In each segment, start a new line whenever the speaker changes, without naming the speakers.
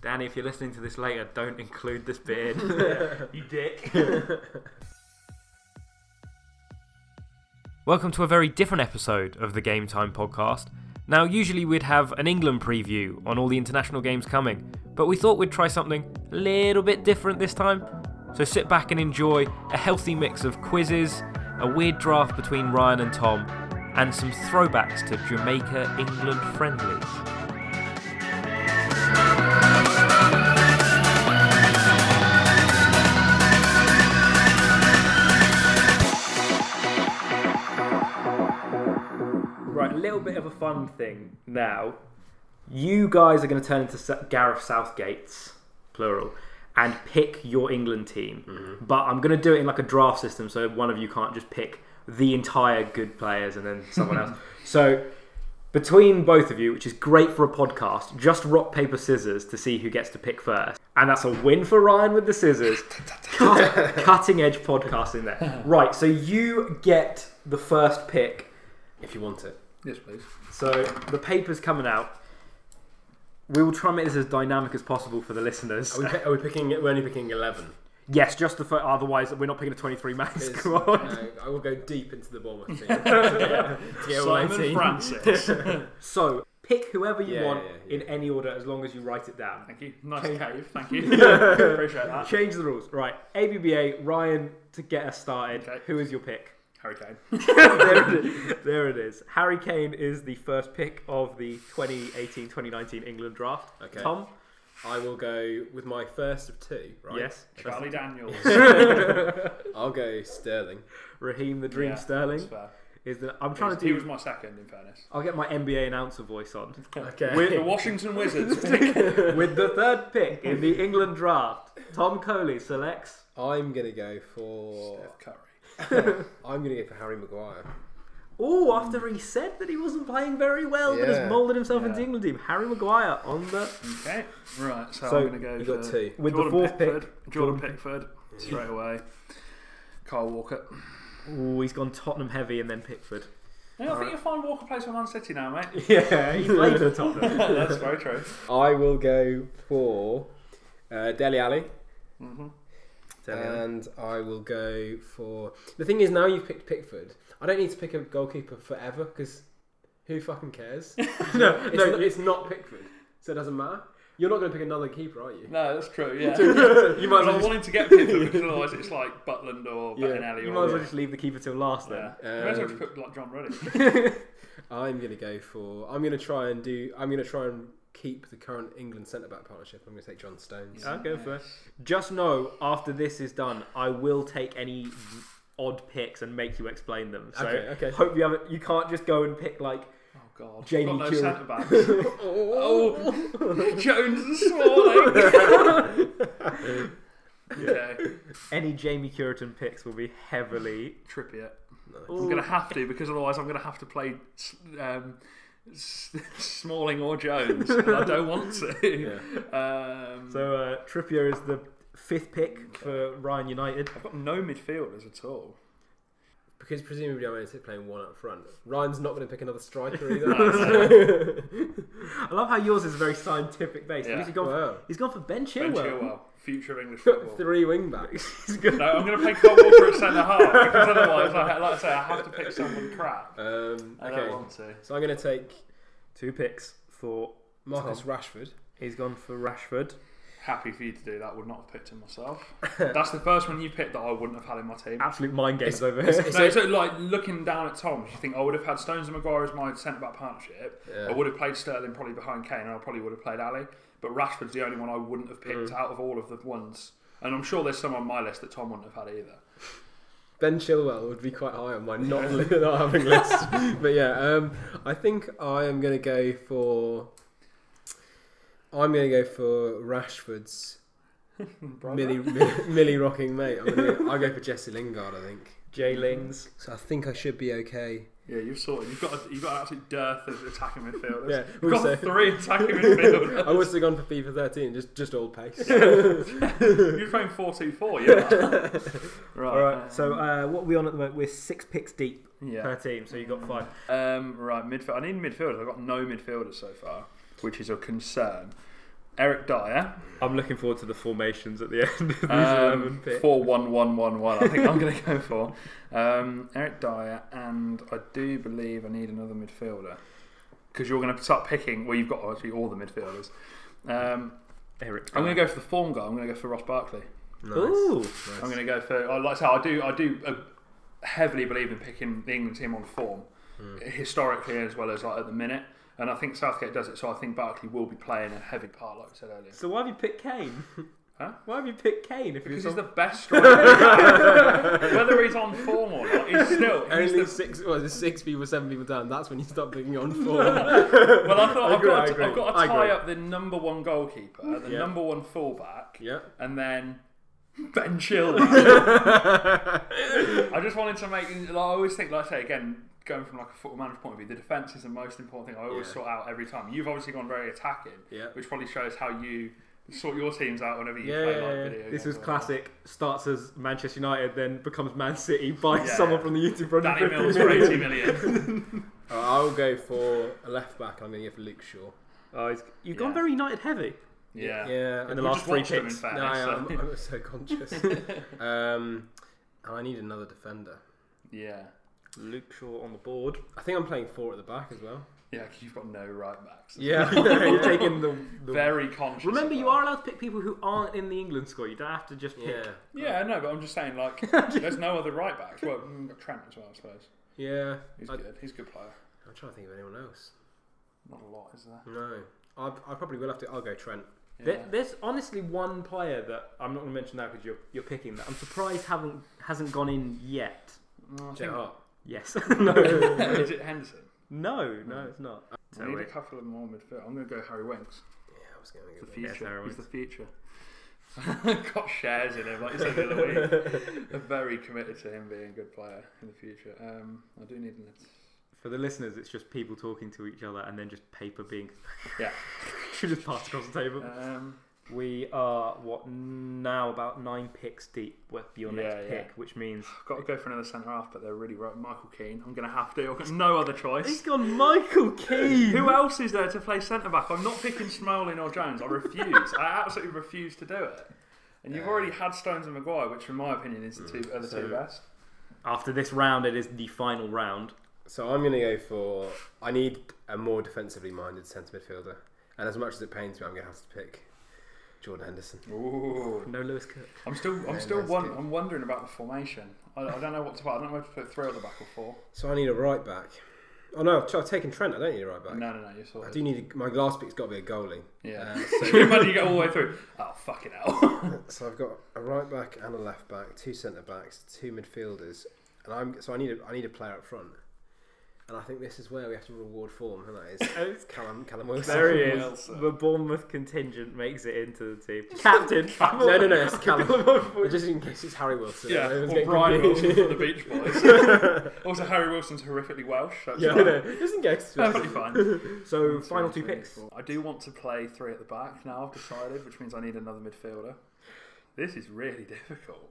Danny, if you're listening to this later, don't include this bit in.
you dick.
Welcome to a very different episode of the Game Time podcast. Now, usually we'd have an England preview on all the international games coming, but we thought we'd try something a little bit different this time. So sit back and enjoy a healthy mix of quizzes, a weird draft between Ryan and Tom, and some throwbacks to Jamaica England friendlies. Right, a little bit of a fun thing now. You guys are going to turn into Sa- Gareth Southgate's, plural, and pick your England team. But I'm going to do it in like a draft system, so one of you can't just pick the entire good players and then someone else. So between both of you, which is great for a podcast, just rock paper scissors to see who gets to pick first, and that's a win for Ryan with the scissors. Cut- cutting edge podcasting there. Right, so you get the first pick if you want it.
Yes, please.
So the paper's coming out. We will try and make this as dynamic as possible for the listeners.
Are we, pi- are we picking? We're only picking eleven.
Yes, just the fir- otherwise we're not picking a 23 man
'Cause,
squad.
uh, I will go deep into the Bournemouth team. yeah, yeah, all 18.
Simon Francis.
So pick whoever you
Yeah,
want
yeah, yeah.
in any order as long as you write it down.
Thank you. Nice cave. Thank you. Appreciate that.
Change the rules. Right, ABBA, Ryan to get us started.
Okay.
Who is your pick?
Harry Kane.
there, it is. there it is. Harry Kane is the first pick of the 2018-2019 England draft.
Okay.
Tom?
I will go with my first of two. Right.
Yes.
Charlie Daniels.
I'll go Sterling.
Raheem the Dream
Yeah,
Sterling
That's fair.
is the I'm
He
trying
was,
to
he
do
was my second, in fairness.
I'll get my NBA announcer voice on.
Okay.
The Washington Wizards.
With the third pick in the England draft, Tom Coley selects.
I'm gonna go for.
Curry.
I'm gonna go for Harry Maguire.
Oh, after he said that he wasn't playing very well, but
Yeah.
has moulded himself into
Yeah.
England team. Harry Maguire on the
Okay. Right, so,
So,
I'm going to go
You got
for
two.
with
Jordan
the fourth
Pickford.
pick.
Jordan Pickford. Straight away. Kyle Walker.
Oh, he's gone Tottenham heavy and then Pickford.
No, I think you'll find Walker plays for Man City now, mate.
Yeah, he played for Tottenham.
That's very true.
I will go for uh, Deli Alley,
Mm-hmm.
and I will go for. The thing is, now you've picked Pickford. I don't need to pick a goalkeeper forever because who fucking cares? no, it's,
no,
not, it's not Pickford, so it doesn't matter. You're not going to pick another keeper, are you?
No, that's true, yeah. you might
as well
I wanted to get Pickford because otherwise it's like Butland or
Yeah,
Bettinelli
You
or
might as well just leave the keeper till last then.
Yeah. You might as well
Um,
just put like John Ruddy.
I'm going to go for. I'm going to try and do. I'm going to try and keep the current England centre back partnership. I'm going to take John Stones.
I'll go for. Just know after this is done, I will take any odd picks and make you explain them. So
Okay, okay.
hope you haven't. You can't just go and pick like
Oh God,
Jamie
got no
Curran.
centre backs. oh, Jones and Smalling. okay,
any Jamie Curtin picks will be heavily.
Trippier.
Ooh.
I'm gonna have to because otherwise I'm gonna have to play um, S- Smalling or Jones, and I don't want to. Um,
So uh, Trippier is the fifth pick for Ryan United.
I've got no midfielders at all.
Because presumably I'm only playing one up front. Ryan's not going to pick another striker either.
I love how yours is very scientific based.
Yeah.
He's gone. For,
Wow.
he's gone for Ben Chilwell.
Ben Chilwell, future of English
Got
football.
three wing backs.
He's good.
No, I'm going to play Cole Walker at centre half because otherwise, like, like I say, I have to pick someone crap.
Um,
I don't
okay,
want to.
so I'm going to take
Two picks for.
Marcus Rashford.
He's gone for Rashford.
Happy for you to do that. Would not have picked him myself. That's the first one you picked that I wouldn't have had in my team.
Absolute mind games over here.
So, so like looking down at Tom, you think I would have had Stones and Maguire as my centre back partnership. I would have played Sterling probably behind Kane, and I probably would have played Ali. But Rashford's the only one I wouldn't have picked out of all of the ones. And I'm sure there's some on my list that Tom wouldn't have had either.
Ben Chilwell would be quite high on my not, not having list. but yeah, um, I think I am going to go for. I'm going to go for Rashford's Millie, Millie rocking mate. I'm gonna go, I'll go for Jesse Lingard, I think.
J Lings.
So I think I should be okay.
Yeah, you've sorted. You've got a, you've got an absolute dearth of attacking midfielders.
Yeah,
you've got
also-
three attacking
I
midfielders.
would have gone for FIFA 13, just just old pace.
You're playing four two four. Yeah. right.
All right.
um,
So uh, what are we on at the moment? We're six picks deep per
yeah.
team. So you got five.
Um, right, midfield. I need midfielders. I've got no midfielders so far, which is a concern. Eric Dyer.
I'm looking forward to the formations at the end of these 11
Um,
picks.
four one one one one. I think I'm going to go for um, Eric Dyer, and I do believe I need another midfielder because you're going to start picking. Well, you've got actually all the midfielders. Um,
Eric.
I'm going to go for the form guy. I'm going to go for Ross Barkley.
Nice.
Ooh.
Nice.
I'm going to go for. I like I say, I do. I do uh, heavily believe in picking the England team on form,
Hmm.
historically as well as like at the minute. And I think Southgate does it, so I think Barkley will be playing a heavy part, like I said earlier.
So why have you picked Kane?
Huh?
Why have you picked Kane? If
Because
he's
he's the best striker. Whether he's on form or not, he's still. He's
Only
the,
six, well, there's six people, seven people down. That's when you start picking on four.
well, I thought
I
I
agree,
have got,
I
to,
agree.
I've got
I
to tie
agree.
up the number one goalkeeper, the
Yeah.
number one fullback,
yeah.
and then Ben Chilwell. I just wanted to make. Like, I always think, like I say again, going from like a football manager's point of view, the defence is the most important thing. I always
Yeah.
sort out every time. You've obviously gone very attacking,
Yeah.
which probably shows how you sort your teams out whenever you
Yeah,
play
yeah,
like
yeah.
video.
This
games
was
or-
classic. Starts as Manchester United, then becomes Man City by
Yeah.
someone from the YouTube
Danny
project.
Mills for 80 million.
I'll go for a left back. I'm going to go for Luke Shaw.
Oh, he's, you've gone
Yeah.
very United heavy.
Yeah.
Yeah.
In the
We
last
just
three
watched them,
picks.
in fairness,
No, I
so-
am. I'm so conscious. um, and I need another defender.
Yeah.
Luke Shaw on the board.
I think I'm playing four at the back as well.
Yeah, 'cause you've got no right backs.
Yeah.
You're taking the. the-
Very conscious.
Remember,
of
you
that.
are allowed to pick people who aren't in the England squad. You don't have to just pick.
yeah.
Yeah, I know, but I'm just saying, like, there's no other right backs. Well, mm, Trent as well, I suppose.
Yeah.
He's
I,
good. He's a good player.
I'm trying to think of anyone else.
Not a lot, is there?
No. I, I probably will have to. I'll go Trent.
There,
Yeah.
there's honestly one player that I'm not going to mention now because you're, you're picking that. I'm surprised haven't hasn't gone in yet.
Mm, I
Get
think-
Yes. no.
is it Henderson?
No, no, it's not.
I need a couple of more midfield. I'm going to go Harry Winks.
Yeah, I was going to
The
go. with-
Yeah,
future.
Harry
He's the future. Got shares in him, like you said the other week. I'm very committed to him being a good player in the future. Um, I do need an.
For the listeners, it's just people talking to each other and then just paper being
Yeah.
just passed across the table.
Um,
We are what now about nine picks deep with your next
Yeah, yeah.
pick, which means
I've got to go for another centre half, but they're really right. Michael Keane. I'm going to have to. I've got no other choice.
he's gone Michael Keane.
Who else is there to play centre back? I'm not picking Smalling or Jones. I refuse. I absolutely refuse to do it. And you've already had Stones and Maguire, which, in my opinion, is the two, are the
So-
two best.
After this round, it is the final round.
So I'm going to go for. I need a more defensively minded centre midfielder. And as much as it pains me, I'm going to have to pick Jordan Henderson.
Ooh.
No Lewis Cook.
I'm still, I'm
Yeah,
still,
that's
won-
good.
I'm wondering about the formation. I, I don't know what to put. I don't know if to put three at the back or four.
So I need a right back. Oh no, I've, I've taken Trent. I don't need a right back.
No, no, no. You're
I
sorted.
do need. A, my last pick's got to be a goalie.
Yeah.
Uh,
Can you imagine you go all the way through? Oh, fucking hell.
So I've got a right back and a left back, two centre backs, two midfielders, and I'm so I need a, I need a player up front, and I think this is where we have to reward form, and that is
Oh, It's
Callum Callum Wilson.
There he is.
Wilson.
The Bournemouth contingent makes it into the team. Captain.
No, no, no, it's Callum. Just in case it's Harry Wilson.
yeah.
Everyone's
Or
getting
Brian
confused.
Wilson from the Beach Boys. also, Harry Wilson's horrifically Welsh. That's
Yeah,
fine.
no, just in case.
Perfectly fine.
So
One, two,
final two
three,
picks.
four. I do want to play three at the back now. I've decided, which means I need another midfielder. This is really difficult.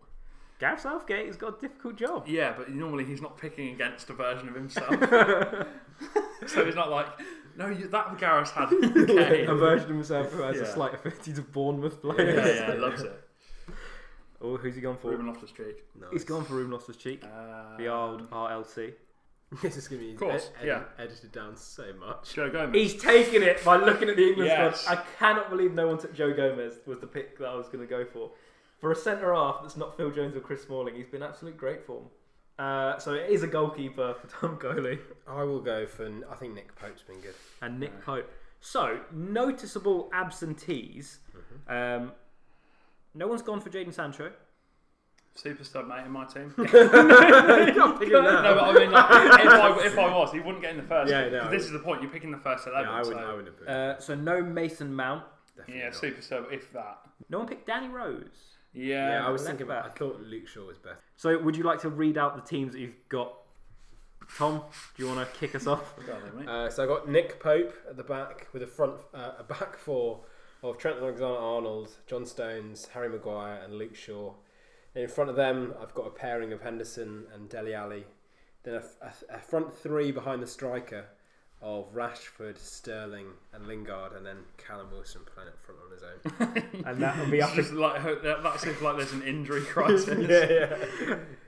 Gareth Southgate has got a difficult job.
Yeah, but normally he's not picking against a version of himself, so he's not like, no, you, that Gareth had. Okay.
A version of himself who has a
Yeah.
slight affinity to Bournemouth
yeah,
players.
yeah, loves it.
Oh, who's he gone for?
Ruben Loftus Cheek.
Nice.
He's gone for Ruben Loftus-Cheek.
Uh,
the old RLC.
This is gonna be
course,
ed-
yeah.
edited down so much.
Joe Gomez.
He's taken it by looking at the England
Yes.
squad. I cannot believe no one took Joe Gomez was the pick that I was going to go for. For a centre half that's not Phil Jones or Chris Smalling, he's been absolute great form. Uh, so it is a goalkeeper for Tom Coley
I will go for. I think Nick Pope's been good.
and Nick Pope. So noticeable absentees. Um, no one's gone for Jaden Sancho.
Super stud mate in my team.
I'm picking that.
No, but I mean, like, if, I, if I was, he wouldn't get in the first.
Yeah,
team.
no,
'Cause
I
this is the point. You're picking the first
Yeah,
eleven.
I wouldn't.
so-
I wouldn't have. picked-
Uh, so no Mason Mount.
definitely
yeah,
not.
super sub. If that.
No one picked Danny Rose.
Yeah.
Yeah, I was
left
thinking about. I
back.
thought Luke Shaw was better.
So would you like to read out the teams that you've got? Tom, do you want to kick us off?
Go on then, mate.
Uh, so I got Nick Pope at the back with a front uh, a back four of Trent Alexander-Arnold, John Stones, Harry Maguire, and Luke Shaw. And in front of them, I've got a pairing of Henderson and Deli Alley. Then a, a, a front three behind the striker of Rashford, Sterling, and Lingard, and then Callum Wilson playing up front on his own.
and that will be
It's
up.
just like that, that seems like there's an injury crisis.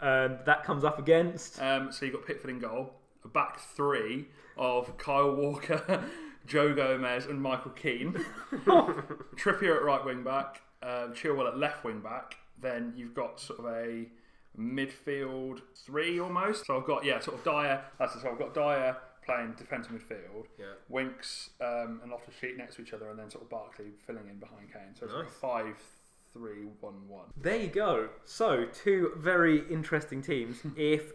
Um, that comes up against.
Um, so you've got Pickford in goal, a back three of Kyle Walker, Joe Gomez, and Michael Keane. Trippier at right wing back, um, Chilwell at left wing back. Then you've got sort of a midfield three almost. So I've got, yeah, sort of Dyer. That's it. So I've got Dyer playing defensive midfield,
Yeah.
Winks um, and Loftus Sheet next to each other, and then sort of Barkley filling in behind Kane. So it's like
Nice.
five, three, one, one.
There you go. So two very interesting teams. if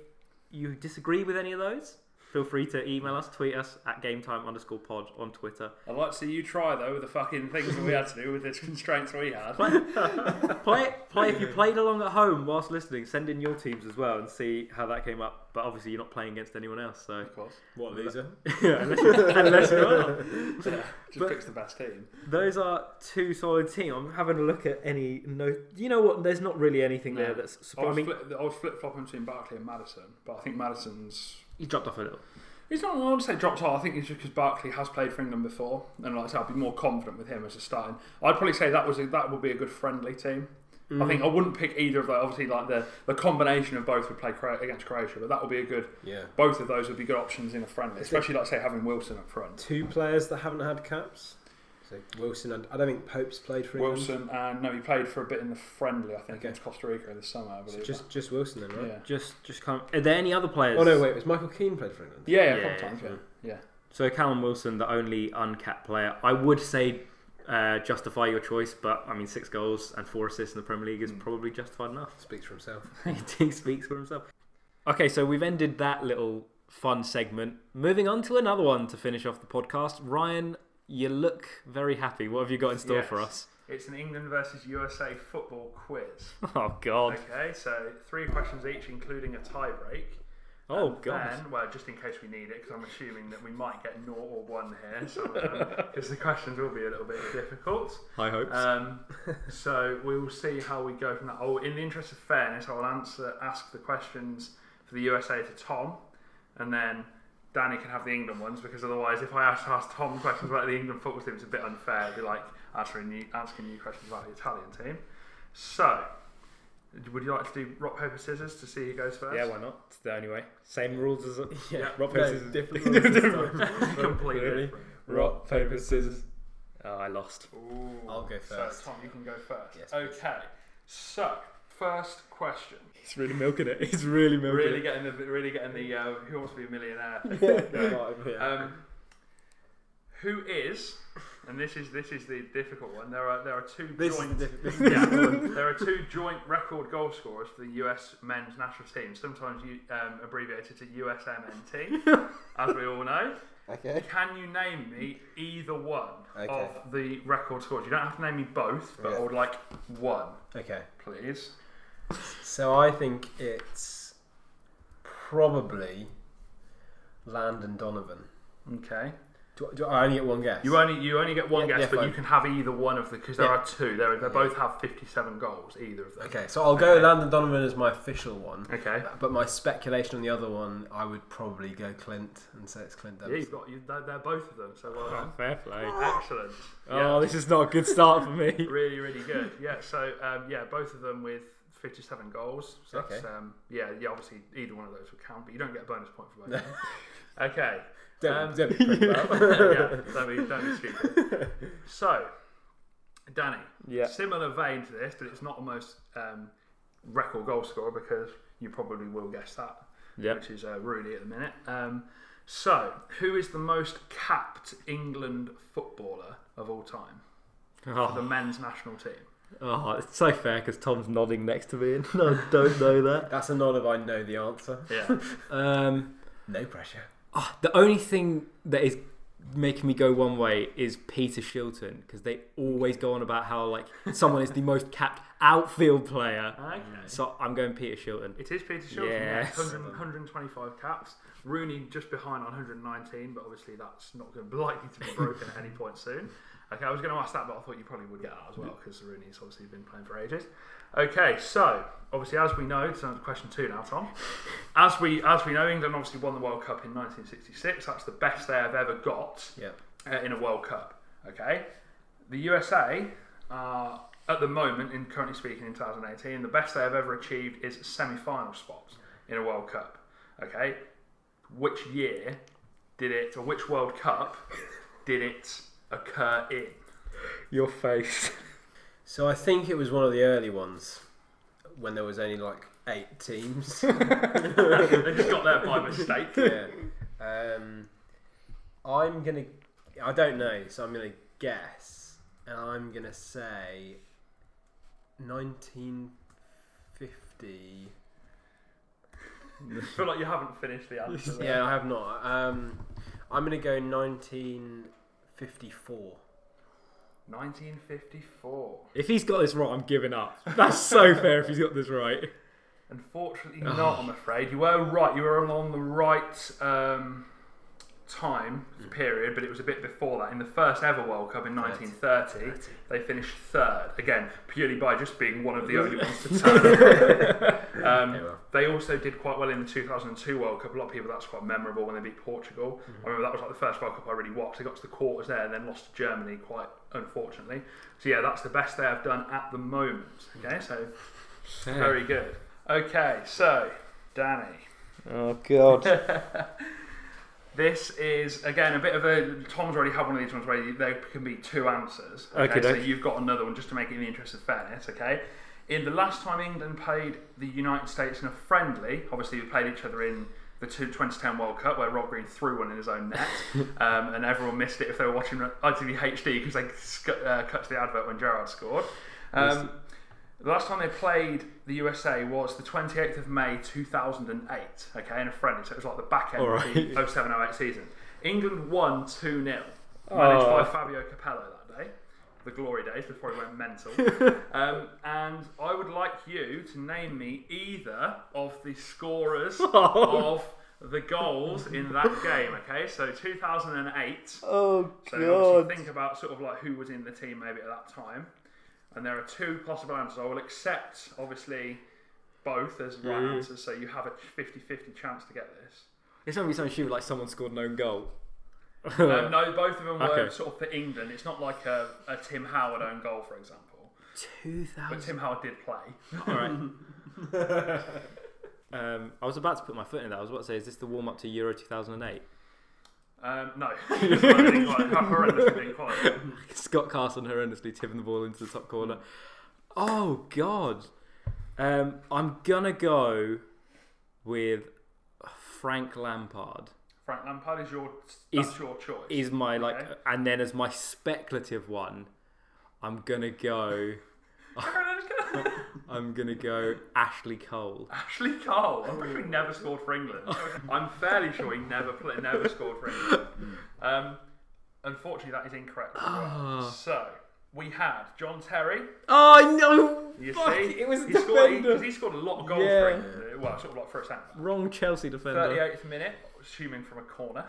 you disagree with any of those, feel free to email us, tweet us at GameTime underscore pod on Twitter.
I'd like to see you try though with the fucking things that we had to do with the constraints we had.
Play, play if you played along at home whilst listening. Send in your teams as well and see how that came up. But obviously, you're not playing against anyone else, so
Of course.
What loser?
Yeah, unless, unless you are.
Yeah, just
But-
picks the best team.
Those are two solid teams. I'm having a look at any no. You know what? There's not really anything there
No.
that's.
I
Sp- I
was,
mean,
flip, I was flip-flopping between Barkley and Madison, but I think Madison's...
he dropped off a little.
He's not, I want to say dropped off, I think it's just because Barkley has played for England before, and like I said, I'd be more confident with him as a starting. I'd probably say that was a, that would be a good friendly team. I think I wouldn't pick either of those. Obviously, like the, the combination of both would play Cro- against Croatia, but that would be a good...
Yeah.
Both of those would be good options in a friendly, especially like say having Wilson up front.
Two players that haven't had caps. So Wilson, and, I don't think Pope's played for England.
Wilson and no, he played for a bit in the friendly, I think,
Okay.
against Costa Rica in the summer. I believe.
So just just Wilson then, right?
yeah,
Just, just come. Are there any other players?
Oh no, wait, it was Michael Keane played for England?
yeah, yeah, a
Yeah,
couple times, yeah, yeah.
So Callum Wilson, the only uncapped player. I would say uh, justify your choice, but I mean, six goals and four assists in the Premier League
Hmm.
is probably justified enough.
Speaks for himself.
he speaks for himself. Okay, so we've ended that little fun segment. Moving on to another one to finish off the podcast. Ryan, you look very happy. What have you got in store for
Yes.
us?
It's an England versus USA football quiz.
Oh God!
Okay, so three questions each, including a tiebreak.
Oh
And
God!
Then, well, just in case we need it, because I'm assuming that we might get naught or one here, so because the questions will be a little bit difficult.
High hopes.
Uh,
Um, so we will see how we go from that. Oh, in the interest of fairness, I will answer ask the questions for the USA to Tom, and then Danny can have the England ones because otherwise, if I ask, ask Tom questions about the England football team, it's a bit unfair. It'd be like answering you asking you questions about the Italian team. So, would you like to do rock paper scissors to see who goes first?
yeah, why not? It's the only way. Same rules as yeah.
Yeah.
Rock
No,
paper scissors.
different rules this time.
completely.
Really?
different.
Rock paper scissors. Oh, I lost.
Ooh.
I'll go first.
So, Tom, you can go first.
Yes, please.
okay. So, first question.
He's really milking it. He's really milking
Really
it.
getting the really getting the uh, Who Wants to Be a Millionaire. thing.
Yeah.
Um, who is? And this is this is the difficult one. There are there are two
This is
joint
the diff- this
yeah, there are two joint record goal scorers for the U.S. men's national team. Sometimes you um, abbreviated to USMNT, as we all know.
Okay.
Can you name me either one
Okay.
of the record scorers? You don't have to name me both, but I
Yeah.
would like one,
Okay.
please.
So I think it's probably Landon Donovan.
Okay.
Do, do I only get one guess?
You only you only get one
Yeah,
guess,
yeah,
but
fine.
you can have either one of the because there
Yeah.
are two. They they both have fifty-seven goals. Either of them.
Okay, so I'll go Landon Donovan as my official one.
Okay.
But my speculation on the other one, I would probably go Clint and say it's Clint
Yeah,
Dempsey.
you've got you, they're, they're both of them. So well done.
Fair play.
Excellent.
Oh, this is not a good start for me.
Really, really good. Yeah. So um, yeah, both of them with fifty-seven goals. So that's,
Okay.
um, yeah, yeah. Obviously, either one of those would count, but you don't get a bonus point for both. of them. okay.
Don't-
Um,
don't be proud of that.
yeah. Don't be, don't be stupid. So, Danny.
Yeah.
Similar vein to this, but it's not the most um, record goal scorer because you probably will guess that.
Yep.
Which is uh, Rooney at the minute. Um, so, who is the most capped England footballer of all time? The
Oh,
men's national team.
oh, it's so fair because Tom's nodding next to me, and I don't know that.
That's a nod of I know the answer.
Yeah.
Um,
No pressure.
Ah, the only thing that is making me go one way is Peter Shilton because they always go on about how like someone is the most capped outfield player.
okay.
So I'm going Peter Shilton.
It is Peter Shilton.
Yes.
100, 125 caps. Rooney just behind on 119, but obviously that's not going to be likely to be broken at any point soon. Okay, I was going to ask that, but I thought you probably would get that as well because Rooney's obviously been playing for ages. Okay, so obviously, as we know, so question two now, Tom. As we as we know, England obviously won the World Cup in 1966. That's the best they have ever got
Yeah.
uh, in a World Cup. Okay, the USA are at the moment, in currently speaking, in 2018, the best they have ever achieved is semi-final spots in a World Cup. Okay, which year did it, or which World Cup did it occur in?
Your face.
So I think it was one of the early ones when there was only like eight teams.
they just got there by mistake.
yeah. Um, I'm gonna. I don't know, so I'm gonna guess, and I'm gonna say 1950.
I feel like you haven't finished the answer. there.
Yeah, I have not. Um, I'm gonna go 1954.
1954.
If he's got this right, I'm giving up. That's so fair if he's got this right.
Unfortunately, not. I'm afraid you were right. You were on the right um, time period, but it was a bit before that. In the first ever World Cup in 1930, they finished third again, purely by just being one of the only ones to turn. up. um,
well.
They also did quite well in the 2002 World Cup. A lot of people that's quite memorable when they beat Portugal. I remember that was like the first World Cup I really watched. They got to the quarters there and then lost to Germany quite unfortunately. So yeah, that's the best they have done at the moment. Okay, so very good. Okay, so Danny,
Oh god.
this is again a bit of a. Tom's already had one of these ones where you, there can be two answers. Okay,
Okey
so
doke.
you've got another one just to make it in the interest of fairness. Okay, in the last time England played the United States in a friendly, obviously we played each other in. The two- 2010 World Cup, where Rob Green threw one in his own net, um, and everyone missed it if they were watching ITV HD because they sc- uh, cut to the advert when Gerrard scored. Um, the last time they played the USA was the 28th of May 2008, okay, in a friendly, so it was like the back end
All
of the 07 08 season. England won 2 0, managed
Oh.
by Fabio Capello that day, the glory days before he went mental. um, and I would like you to name me either of the scorers
Oh.
of the goals in that game, okay? So 2008.
Oh
So obviously think about sort of like who was in the team maybe at that time. And there are two possible answers. I will accept, obviously, both as right
Mm.
answers, so you have a 50 50 chance to get this.
It's gonna be something stupid like someone scored an own goal.
Um, no, both of them were
Okay.
sort of for England. It's not like a, a Tim Howard own goal, for example.
Two
But
thousand.
Tim Howard did play.
All right. um, I was about to put my foot in that. I was about to say, is this the warm up to Euro 2008?
Um, no. Sorry, I didn't quite- I horrendously didn't quite.
Scott Carson horrendously tipping the ball into the top corner. Oh God. Um, I'm gonna go with Frank Lampard.
Frank Lampard is your,
Is-
that's your choice.
Is my like,
Okay.
and then as my speculative one, I'm gonna go. I'm gonna go Ashley Cole.
Ashley Cole. I'm pretty sure he never scored for England. I'm fairly sure he never played, never scored for England. Um, unfortunately, that is incorrect. as well.
Ah.
So we had John Terry.
Oh no!
You
Fuck,
see,
it was a
he scored because
defender.
he, scored a lot of goals for
Yeah.
England. Well, sort of like for a centre. back.
Wrong Chelsea defender.
38th minute, assuming from a corner,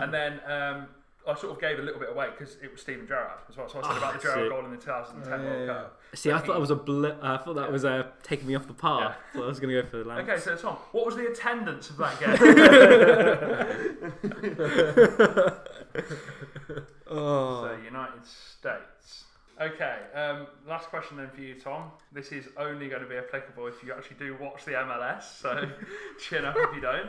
and then. Um, I sort of gave a little bit away because it was Steven Gerrard as well. So I said about the
that's
Gerrard
it.
goal in the 2010
Yeah.
World Cup.
See, I thought that was a bl- uh, I thought that was uh, taking me off the path. So I was gonna go for the Lampard.
Okay, so Tom, what was the attendance of that game?
Oh.
So United States. Okay, um, last question then for you, Tom. This is only going to be applicable if you actually do watch the MLS, so chin up if you don't.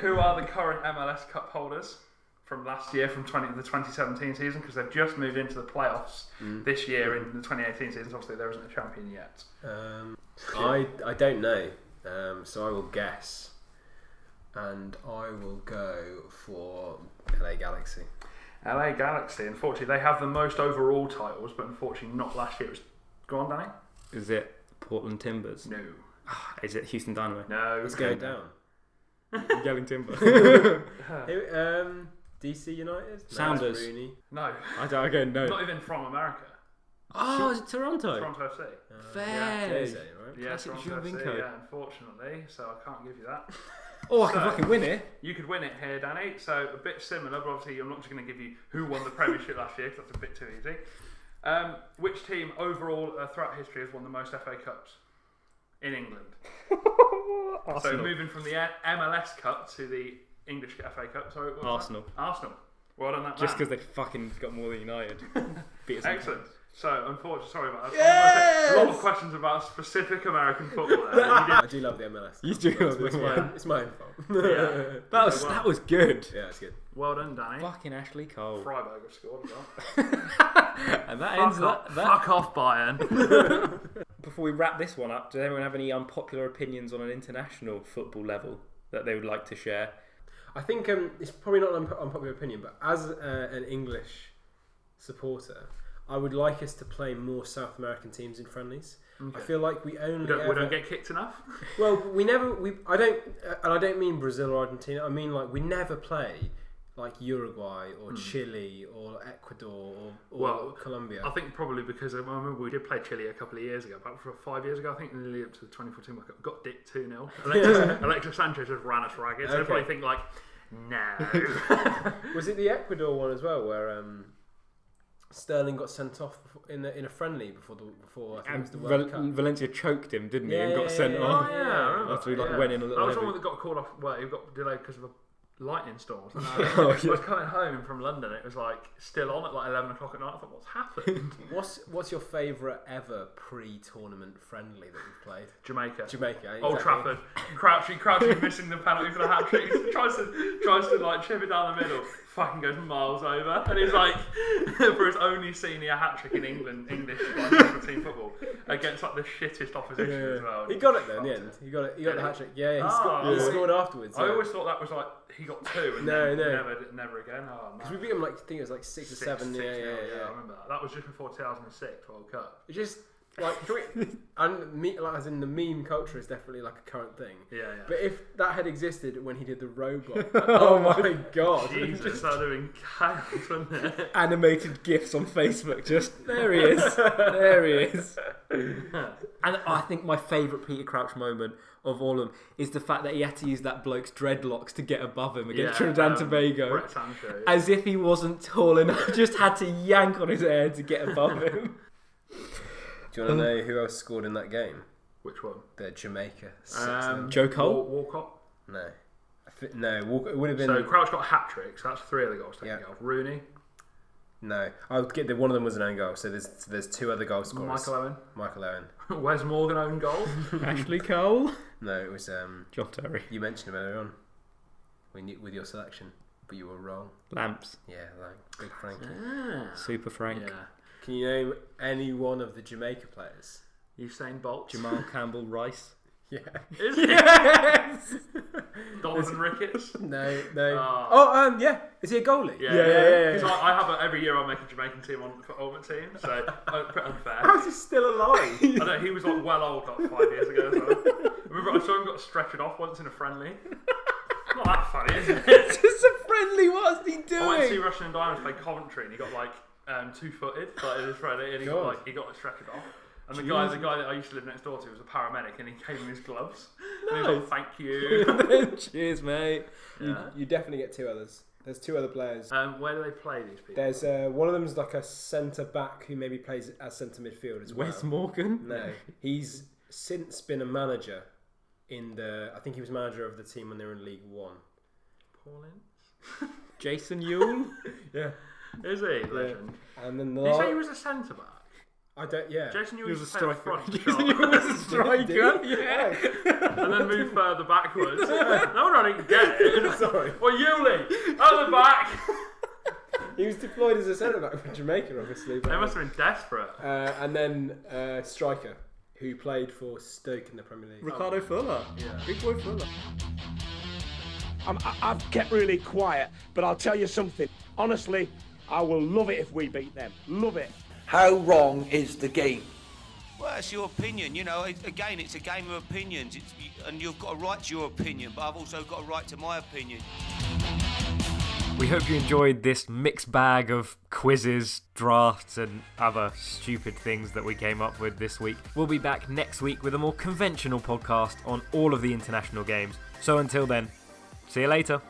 Who are the current MLS Cup holders from last year, from 20, the 2017 season? Because they've just moved into the playoffs this year in the 2018 season. so Obviously, there isn't a champion yet.
Um, I I don't know, um, so I will guess, and I will go for LA Galaxy.
LA Galaxy, unfortunately, they have the most overall titles, but unfortunately, not last year. It was, go on, Danny.
Is it Portland Timbers?
No.
Is it Houston Dynamo?
No.
Let's go down.
Yelling Timber.
Who, um, DC United. No, that's
Sounders.
Rooney.
No.
I don't. I go no.
Not even from America.
Oh, is it Toronto?
Toronto FC.
Fair.
Jose, right?
Yeah,
Classic
Toronto FC,
Jovinko.
yeah, unfortunately, so I can't give you that.
Oh, I can
So-
fucking win it.
You could win it here, Danny. So a bit similar, but obviously I'm not just going to give you who won the Premiership last year 'cause that's a bit too easy. Um, which team overall uh, throughout history has won the most FA Cups in England? So moving from the A- MLS Cup to the English FA Cup. Sorry, what was that?
Arsenal.
Arsenal. Well done, that
Just because
man.
they fucking got more than United. Beat us in-
Excellent. So, unfortunately, sorry about that.
Yes!
A lot of questions about specific American football. There. You
I do love the MLS.
You do love
it's,
the
my,
MLS.
it's my own fault.
did- yeah.
That was that was good.
yeah, it's good.
Well done, Danny.
Fucking Ashley Cole.
Freiburg have scored as well.
And that ends
Fuck
that, that.
off, fuck off, Bayern.
Before we wrap this one up, does anyone have any unpopular opinions on an international football level that they would like to share?
I think um, it's probably not an unpo- unpopular opinion, but as uh, an English supporter, I would like us to play more South American teams in friendlies. I feel like we only
we, don't,
ever,
we don't get kicked enough.
well, we never we I don't uh, and I don't mean Brazil or Argentina. I mean like we never play like Uruguay or Chile or Ecuador or, or
Well,
Colombia.
I think probably because I remember we did play Chile a couple of years ago, about for five years ago, I think, in the lead up to the 2014 World Cup. Got dick 2 0. Alexis, Alexis Sanchez just ran us ragged. So they
Okay.
probably think, like, no.
Was it the Ecuador one as well, where um, Sterling got sent off befo- in a, in a friendly before the before I think it
And
was the
Val-
World Cup?
Valencia choked him, didn't he?
Yeah,
and got
yeah,
sent
yeah,
off.
Oh, yeah, I remember.
After he like
yeah.
went in a
That
little.
was the one
heavy.
that got called off. Well, it got delayed because of a lightning storm. or something.
Oh,
I
yeah.
was coming home from London. It was like still on at like eleven o'clock at night. I thought, what's happened?
What's what's your favourite ever pre-tournament friendly that we've played?
Jamaica.
Jamaica. eh?
Old
exactly.
Trafford, crouching, crouching, missing the penalty for the hat trick. He tries to, tries to like chip it down the middle. Fucking goes miles over, and he's like, for his only senior hat trick in England, English like, team football against like the shittest opposition as well.
He got it though in the end. He got it. He got
Did
the
he?
hat trick. Yeah, yeah, he,
Ah,
scored, he
yeah.
scored afterwards.
I
yeah.
always thought that was like he got two, and
No,
then
no.
never, never again. Oh man.
Because we beat him like I think it was like six, or seven. yeah, yeah,
nil,
yeah.
I remember that. That was just before 2006 World Cup.
It's just like can we, and me, like, as in the meme culture is definitely like a current thing.
Yeah, yeah.
But if that had existed when he did the robot, oh my god!
Jesus, they're doing chaos, wasn't it?
Animated gifs on Facebook. Just there he is. there he is. And I think my favourite Peter Crouch moment of all of them is the fact that he had to use that bloke's dreadlocks to get above him against Trinidad and
um,
Tobago.
Brett Sancho.
As if he wasn't tall enough, just had to yank on his hair to get above him.
Do you want to know who else scored in that game?
Which one?
The Jamaica.
Um,
Joe Cole?
Wal- Walcott.
no, I thi- no. Walker, it would have been
So Crouch got a hat trick, so that's three of the goals taken
Yeah.
off. Rooney,
no. I would get the one of them was an own goal. So there's so there's two other goal scorers.
Michael Owen.
Michael Owen.
Wes Morgan own goal.
Ashley Cole.
No, it was um.
John Terry.
You mentioned him earlier on. When you, with your selection, but you were wrong.
Lamps.
Yeah, like big Frankie.
Super Frank.
yeah.
Can you name any one of the Jamaica players?
Usain Bolt.
Jamal Campbell Rice.
Yeah.
Is it
Yes!
Donovan Ricketts?
No, no.
Ah.
Oh, um, yeah. Is he a goalie?
Yeah,
Yeah, yeah, yeah,
Because
yeah.
I, I have a, every year I make a Jamaican team on for Ultimate Team, so uh, pretty unfair.
How is he still alive?
I know he was like well old like five years ago. as well. Remember, I saw him got stretchered off once in a friendly. Not that funny, is it?
It's just a friendly. What is he
Oh,
I went to see
doing?
Russian and Diamonds play Coventry, and he got like um, two footed like, in his friendly, and he got
God.
like he got stretchered off. And the guy, the guy that I used to live next door to, was a paramedic, and he came in his gloves. And he was like, "Thank you."
Cheers, mate.
Yeah.
You definitely get two others. There's two other players.
Um, where do they play these people?
There's uh, one of them's like a centre back who maybe plays as centre midfield as well.
Wes
Um,
Morgan.
No, he's since been a manager in the. I think he was manager of the team when they were in League One.
Pauline?
Jason Yule.
Yeah,
Is he legend?
and then the
Did you say
la-
he was a centre back?
I don't. Yeah,
Jason, you
He was a
used to play up
striker.
front,
Jason Yule
sure.
was a striker. Yeah.
and then move further backwards. no, no, I didn't get it.
sorry.
Well, Yuli, other back.
He was deployed as a centre back for Jamaica, obviously. But,
They must have been desperate.
uh, and then uh, striker who played for Stoke in the Premier League.
Ricardo Fuller. Big boy Fuller.
I'm, I- I've kept really quiet, but I'll tell you something. Honestly, I will love it if we beat them. Love it.
How wrong is the game?
Well, it's your opinion, you know. It- Again, it's a game of opinions, it's, and you've got a right to your opinion, but I've also got a right to my opinion.
We hope you enjoyed this mixed bag of quizzes, drafts, and other stupid things that we came up with this week. We'll be back next week with a more conventional podcast on all of the international games. So until then, see you later.